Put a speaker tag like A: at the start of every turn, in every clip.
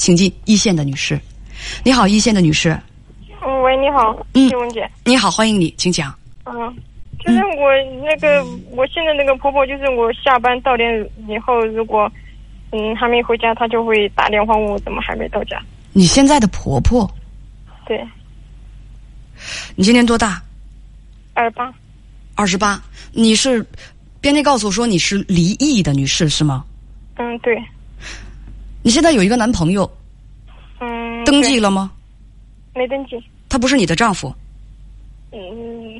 A: 请进一线的女士。你好，一线的女士，
B: 嗯，喂，你好，
A: 嗯
B: 谢文姐，
A: 你好，欢迎你，请讲。
B: 嗯，就是我那个、我现在那个婆婆，就是我下班到点以后，如果嗯还没回家，她就会打电话问我怎么还没到家。
A: 你现在的婆婆，
B: 对，
A: 你今年多大？
B: 二八，
A: 二十八。你是编辑告诉我说你是离异的女士是吗？
B: 嗯，对，
A: 你现在有一个男朋友，
B: 嗯，
A: 登记了吗？
B: 对没登记？
A: 他不是你的丈夫，
B: 嗯，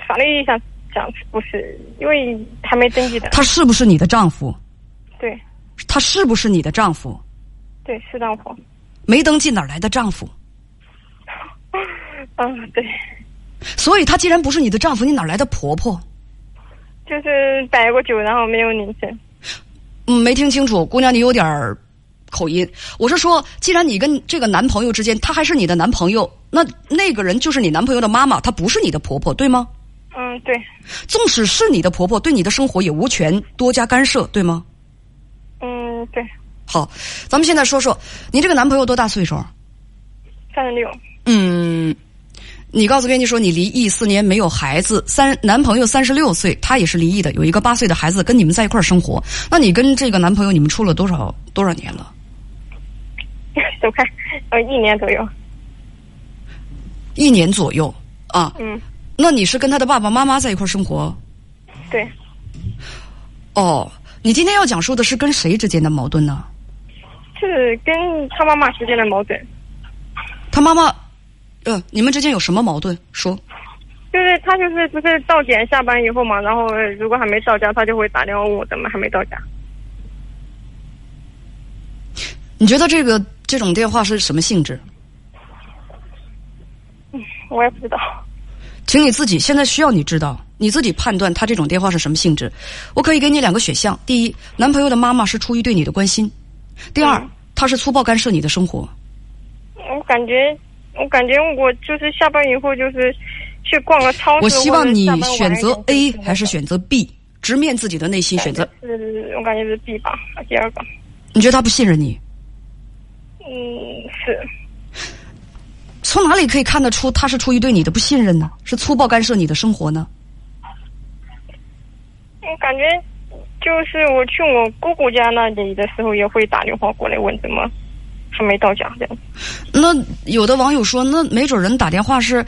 B: 法律意义上讲是不是，因为还没登记的。
A: 他是不是你的丈夫？
B: 对，
A: 他是不是你的丈夫？
B: 对，是丈夫。
A: 没登记哪儿来的丈夫？
B: 嗯，对，
A: 所以他既然不是你的丈夫，你哪儿来的婆婆？
B: 就是摆过酒，然后没有领证。
A: 嗯，没听清楚，姑娘，你有点儿口音。我是说，既然你跟这个男朋友之间，他还是你的男朋友，那那个人就是你男朋友的妈妈，她不是你的婆婆，对吗？
B: 嗯，对，
A: 纵使是你的婆婆，对你的生活也无权多加干涉，对吗？
B: 嗯，对，
A: 好，咱们现在说说你这个男朋友多大岁数？
B: 三十六。
A: 嗯，你告诉编辑说你离异四年没有孩子，三男朋友三十六岁，他也是离异的，有一个八岁的孩子跟你们在一块儿生活。那你跟这个男朋友你们处了多少多少年了？
B: 走开，呃，一年左右。
A: 一年左右啊。
B: 嗯，
A: 那你是跟他的爸爸妈妈在一块儿生活？
B: 对，
A: 哦，你今天要讲述的是跟谁之间的矛盾呢？
B: 是跟他妈妈之间的矛盾，
A: 他妈妈，呃，你们之间有什么矛盾？说
B: 就是他就是不是到点下班以后嘛，然后呃如果还没到家，他就会打电话问我怎么还没到家。
A: 你觉得这个这种电话是什么性质？
B: 我也不知道，
A: 请你自己现在需要你知道，你自己判断他这种电话是什么性质。我可以给你两个选项：第一，男朋友的妈妈是出于对你的关心；第二，他是粗暴干涉你的生活。
B: 我感觉，我感觉我就是下班以后就是去逛个超市。
A: 我希望你
B: 或者下班晚一点
A: 选择 A 还是
B: 就是
A: 选择 B，直面自己的内心，选择。
B: 是我感觉是 B 吧，第二个。
A: 你觉得他不信任你？
B: 嗯，是，
A: 从哪里可以看得出他是出于对你的不信任呢？是粗暴干涉你的生活呢？
B: 我感觉就是我去我姑姑家那里的时候，也会打电话过来问怎么还没到家这样。
A: 那有的网友说，那没准人打电话是，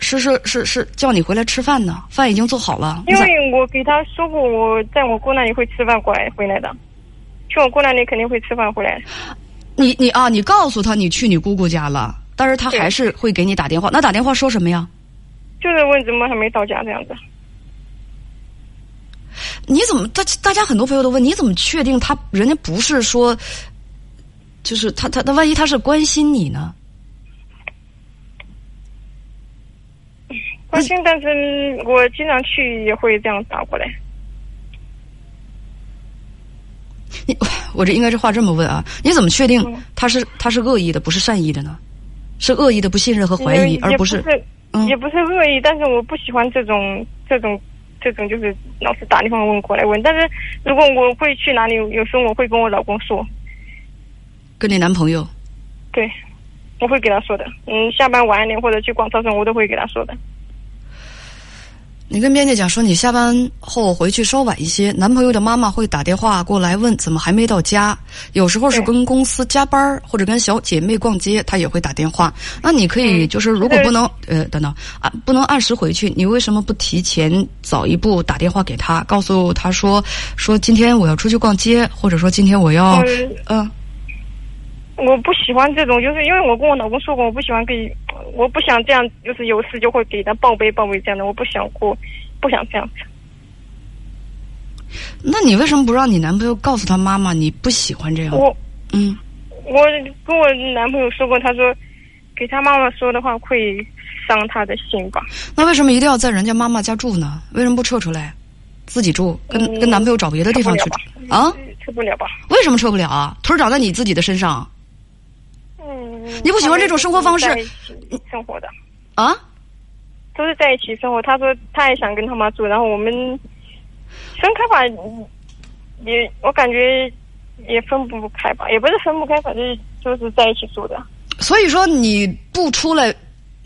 A: 是是是是叫你回来吃饭呢，饭已经做好了。
B: 因
A: 你咋
B: 为我给他说过，我在我姑那里会吃饭过来回来的，去我姑那里肯定会吃饭回来。
A: 你你啊，你告诉他你去你姑姑家了，但是他
B: 对
A: 还是会给你打电话。那打电话说什么呀？
B: 就是问怎么还没到家这样子，
A: 你怎么大大家很多朋友都问你怎么确定他人家不是说，就是他他他万一他是关心你呢？
B: 关心，但是我经常去也会这样打过来。
A: 你我这应该这话这么问啊？你怎么确定
B: 嗯
A: 他是他是恶意的，不是善意的呢？是恶意的不信任和怀疑，
B: 也
A: 而
B: 也
A: 不
B: 不
A: 是嗯
B: 也不是恶意，但是我不喜欢这种这种这种就是老是打电话问过来问。但是如果我会去哪里，有时候我会跟我老公说，
A: 跟你男朋友。
B: 对，我会给他说的。嗯，下班晚一点或者去逛超市，我都会给他说的。
A: 你跟编辑讲说，你下班后回去稍晚一些，男朋友的妈妈会打电话过来问怎么还没到家。有时候是
B: 对
A: 跟公司加班儿或者跟小姐妹逛街，她也会打电话。那你可以
B: 嗯
A: 就是如果
B: 对
A: 不能呃等等啊不能按时回去，你为什么不提前早一步打电话给她，告诉她说说今天我要出去逛街，或者说今天我要
B: 嗯，
A: 嗯、呃
B: 我不喜欢这种，就是因为我跟我老公说过，我不喜欢给，我不想这样，就是有事就会给他报备报备这样的，我不想过，不想这样子。
A: 那你为什么不让你男朋友告诉他妈妈你不喜欢这样？
B: 我
A: 嗯，
B: 我跟我男朋友说过，他说给他妈妈说的话会伤他的心吧。
A: 那为什么一定要在人家妈妈家住呢？为什么不撤出来，自己住，跟、
B: 嗯
A: 跟男朋友找别的地方去住
B: 撤
A: 啊？
B: 受不了吧？
A: 为什么撤不了啊？腿儿长在你自己的身上
B: 嗯，
A: 你不喜欢这种生活方式
B: 他们就是在一起生活的
A: 啊？
B: 都是在一起生活。他说他也想跟他妈住，然后我们分开吧，也我感觉也分不开吧，也不是分不开，反正就是在一起住的。
A: 所以说你不出来，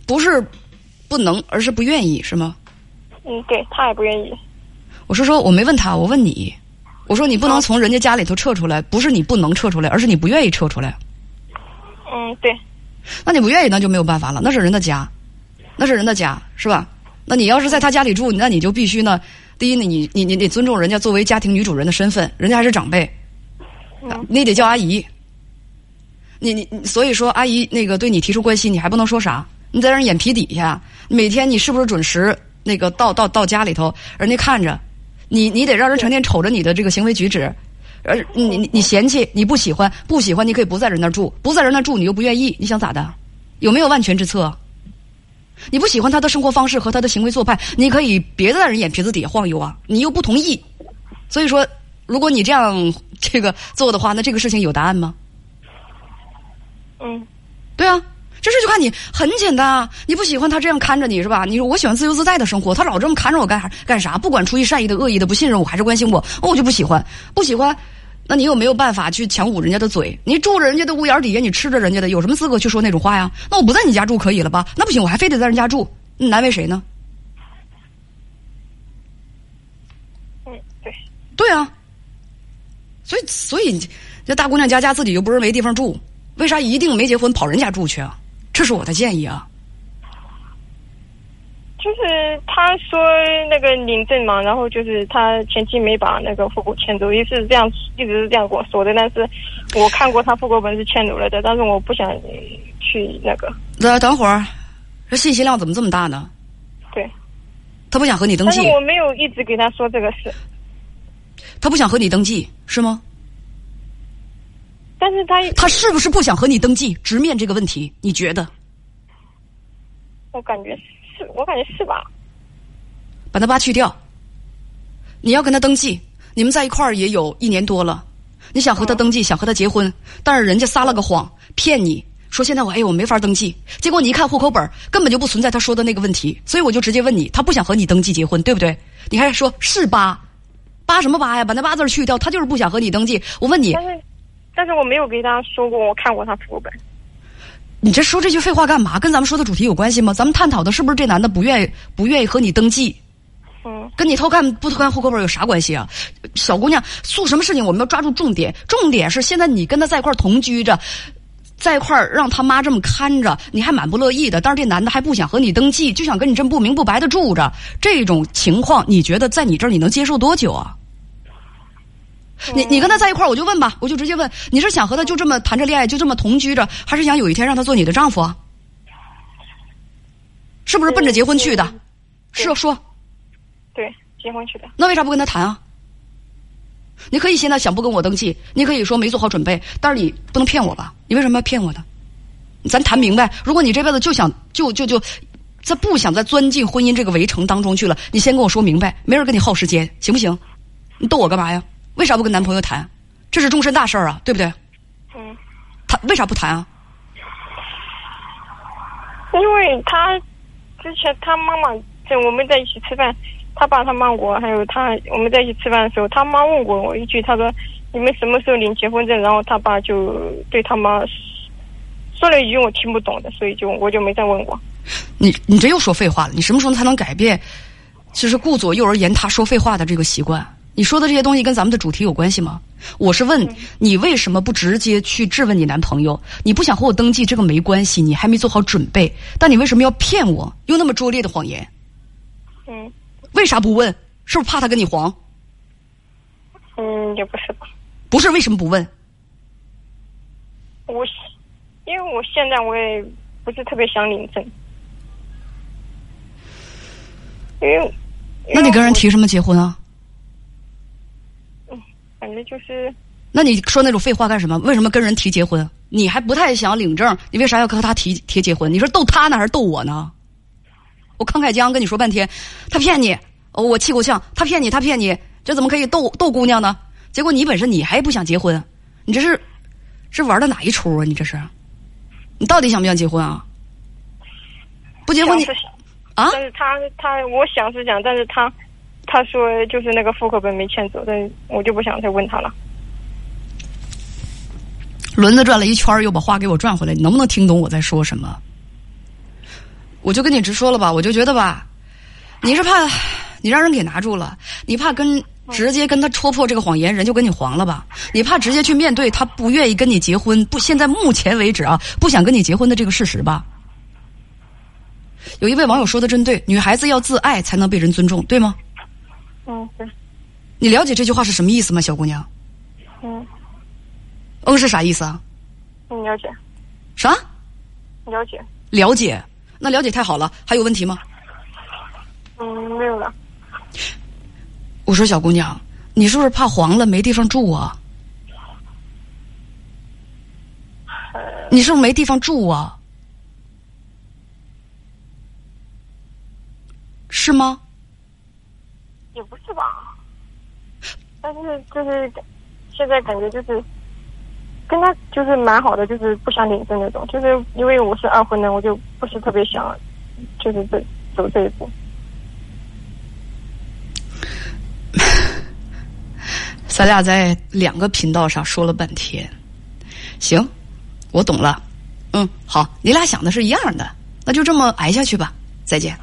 A: 不是不能，而是不愿意，是吗？
B: 嗯，对他也不愿意。
A: 我是说，我没问他，我问你，我说你
B: 啊
A: 不能从人家家里头撤出来，不是你不能撤出来，而是你不愿意撤出来。
B: 嗯，对，
A: 那你不愿意，那就没有办法了，那是人的家，那是人的家，是吧？那你要是在他家里住，那你就必须呢，第一呢，你你你得尊重人家作为家庭女主人的身份，人家还是长辈，
B: 嗯
A: 你得叫阿姨。你你你所以说，阿姨那个对你提出关心，你还不能说啥？你在人眼皮底下，每天你是不是准时那个到到到家里头，人家看着你，你得让人成天瞅着你的这个行为举止。而你你你嫌弃你不喜欢不喜欢你可以不在人那儿住不在人那儿住你又不愿意你想咋的？有没有万全之策？你不喜欢他的生活方式和他的行为做派，你可以别在人眼皮子底下晃悠啊！你又不同意，所以说，如果你这样这个做的话，那这个事情有答案吗？
B: 嗯
A: 对啊，这事就看你很简单啊！你不喜欢他这样看着你是吧？你说我喜欢自由自在的生活，他老这么看着我干啥干啥？不管出于善意的、恶意的、不信任我还是关心我，哦我就不喜欢，不喜欢。那你又没有办法去强捂人家的嘴，你住着人家的屋檐底下，你吃着人家的，有什么资格去说那种话呀？那我不在你家住可以了吧？那不行，我还非得在人家住，你难为谁呢？
B: 嗯，对，
A: 对啊，所以所以这大姑娘家家自己又不是没地方住，为啥一定没结婚跑人家住去啊？这是我的建议啊。
B: 就是他说那个领证嘛，然后就是他前妻没把那个户口迁走，一是这样，一直是这样跟我说的。但是我看过他户口本是迁走了的，但是我不想去那个，
A: 等等会儿，这信息量怎么这么大呢？
B: 对。
A: 他不想和你登
B: 但
A: 记
B: 是，我没有一直给他说这个事，
A: 他不想和你登记是吗？
B: 但是他
A: 他是不是不想和你登记？直面这个问题，你觉得？
B: 我感觉是，我感觉是吧？
A: 把他扒去掉。你要跟他登记，你们在一块儿也有一年多了，你想
B: 嗯
A: 和他登记，想和他结婚，但是人家撒了个谎，骗你说现在我哎呦我没法登记，结果你一看户口本儿根本就不存在他说的那个问题，所以我就直接问你，他不想和你登记结婚，对不对？你还说是吧？八什么八呀？把那八字儿去掉，他就是不想和你登记。我问你
B: 但，是，但是我没有给他说过，我看过他户口本。
A: 你这说这句废话干嘛？跟咱们说的主题有关系吗？咱们探讨的是不是这男的不愿意不愿意和你登记？
B: 嗯
A: 跟你偷看不偷看户口本有啥关系啊？小姑娘，做什么事情我们要抓住重点，重点是现在你跟他在一块儿同居着，在一块儿让他妈这么看着，你还蛮不乐意的。但是这男的还不想和你登记，就想跟你这么不明不白的住着，这种情况你觉得在你这儿你能接受多久啊？你你跟他在一块儿，我就问吧，我就直接问，你是想和他就这么谈着恋爱，就这么同居着，还是想有一天让他做你的丈夫啊？是不是奔着结婚去的？是说。
B: 对，结婚去的。
A: 那为啥不跟他谈啊？你可以现在想不跟我登记，你可以说没做好准备，但是你不能骗我吧？你为什么要骗我呢？咱谈明白，如果你这辈子就想就就就，再不想再钻进婚姻这个围城当中去了，你先跟我说明白，没人跟你耗时间，行不行？你逗我干嘛呀？为啥不跟男朋友谈？这是终身大事儿啊，对不对？
B: 嗯，
A: 谈为啥不谈啊？
B: 因为他之前他妈妈在我们在一起吃饭，他爸他妈我还有他我们在一起吃饭的时候，他妈问过我一句，他说你们什么时候领结婚证？然后他爸就对他妈说了一句我听不懂的，所以就我就没再问过。
A: 你你这又说废话了。你什么时候才能改变，就是顾左右而言他说废话的这个习惯？你说的这些东西跟咱们的主题有关系吗？我是问你为什么不直接去质问你男朋友？你不想和我登记，这个没关系，你还没做好准备。但你为什么要骗我？用那么拙劣的谎言，
B: 嗯
A: 为啥不问？是不是怕他跟你黄？
B: 嗯，也不是吧，
A: 不是，为什么不问？
B: 我因为我现在我也不是特别想领证，因为
A: 那你跟人
B: 因为我
A: 提什么结婚啊？
B: 反正就是。
A: 那你说那种废话干什么？为什么跟人提结婚？你还不太想领证，你为啥要和他提提结婚？你是逗他呢，还是逗我呢？我慷慨激昂跟你说半天，他骗你，哦，我气够呛，他骗你，他骗你，这怎么可以逗逗姑娘呢？结果你本身你还不想结婚，你这是这玩的哪一出啊？你这是，你到底想不想结婚啊？不结婚
B: 想
A: 你
B: 是想
A: 啊
B: 但是他他我想是想，但是他他说就是那个户口本没欠走，但是我就不想再问他了。
A: 轮子转了一圈儿，又把话给我转回来，你能不能听懂我在说什么？我就跟你直说了吧，我就觉得吧，你是怕你让人给拿住了，你怕跟直接跟他戳破这个谎言，人就跟你黄了吧？你怕直接去面对他不愿意跟你结婚，不，现在目前为止啊，不想跟你结婚的这个事实吧？有一位网友说的真对，女孩子要自爱才能被人尊重，对吗？
B: 嗯，对，
A: 你了解这句话是什么意思吗，小姑娘？
B: 嗯，
A: 嗯是啥意思啊？
B: 嗯了解，
A: 啥？
B: 了解，
A: 了解？那了解太好了，还有问题吗？
B: 嗯，没有了，
A: 我说小姑娘，你是不是怕黄了没地方住啊？你是不是没地方住啊？是吗？
B: 也不是吧，但是就是现在感觉就是跟他就是蛮好的，就是不想领证那种，就是因为我是二婚的，我就不是特别想，就是这走这一步。
A: 咱俩在两个频道上说了半天，行，我懂了。嗯，好，你俩想的是一样的，那就这么挨下去吧。再见。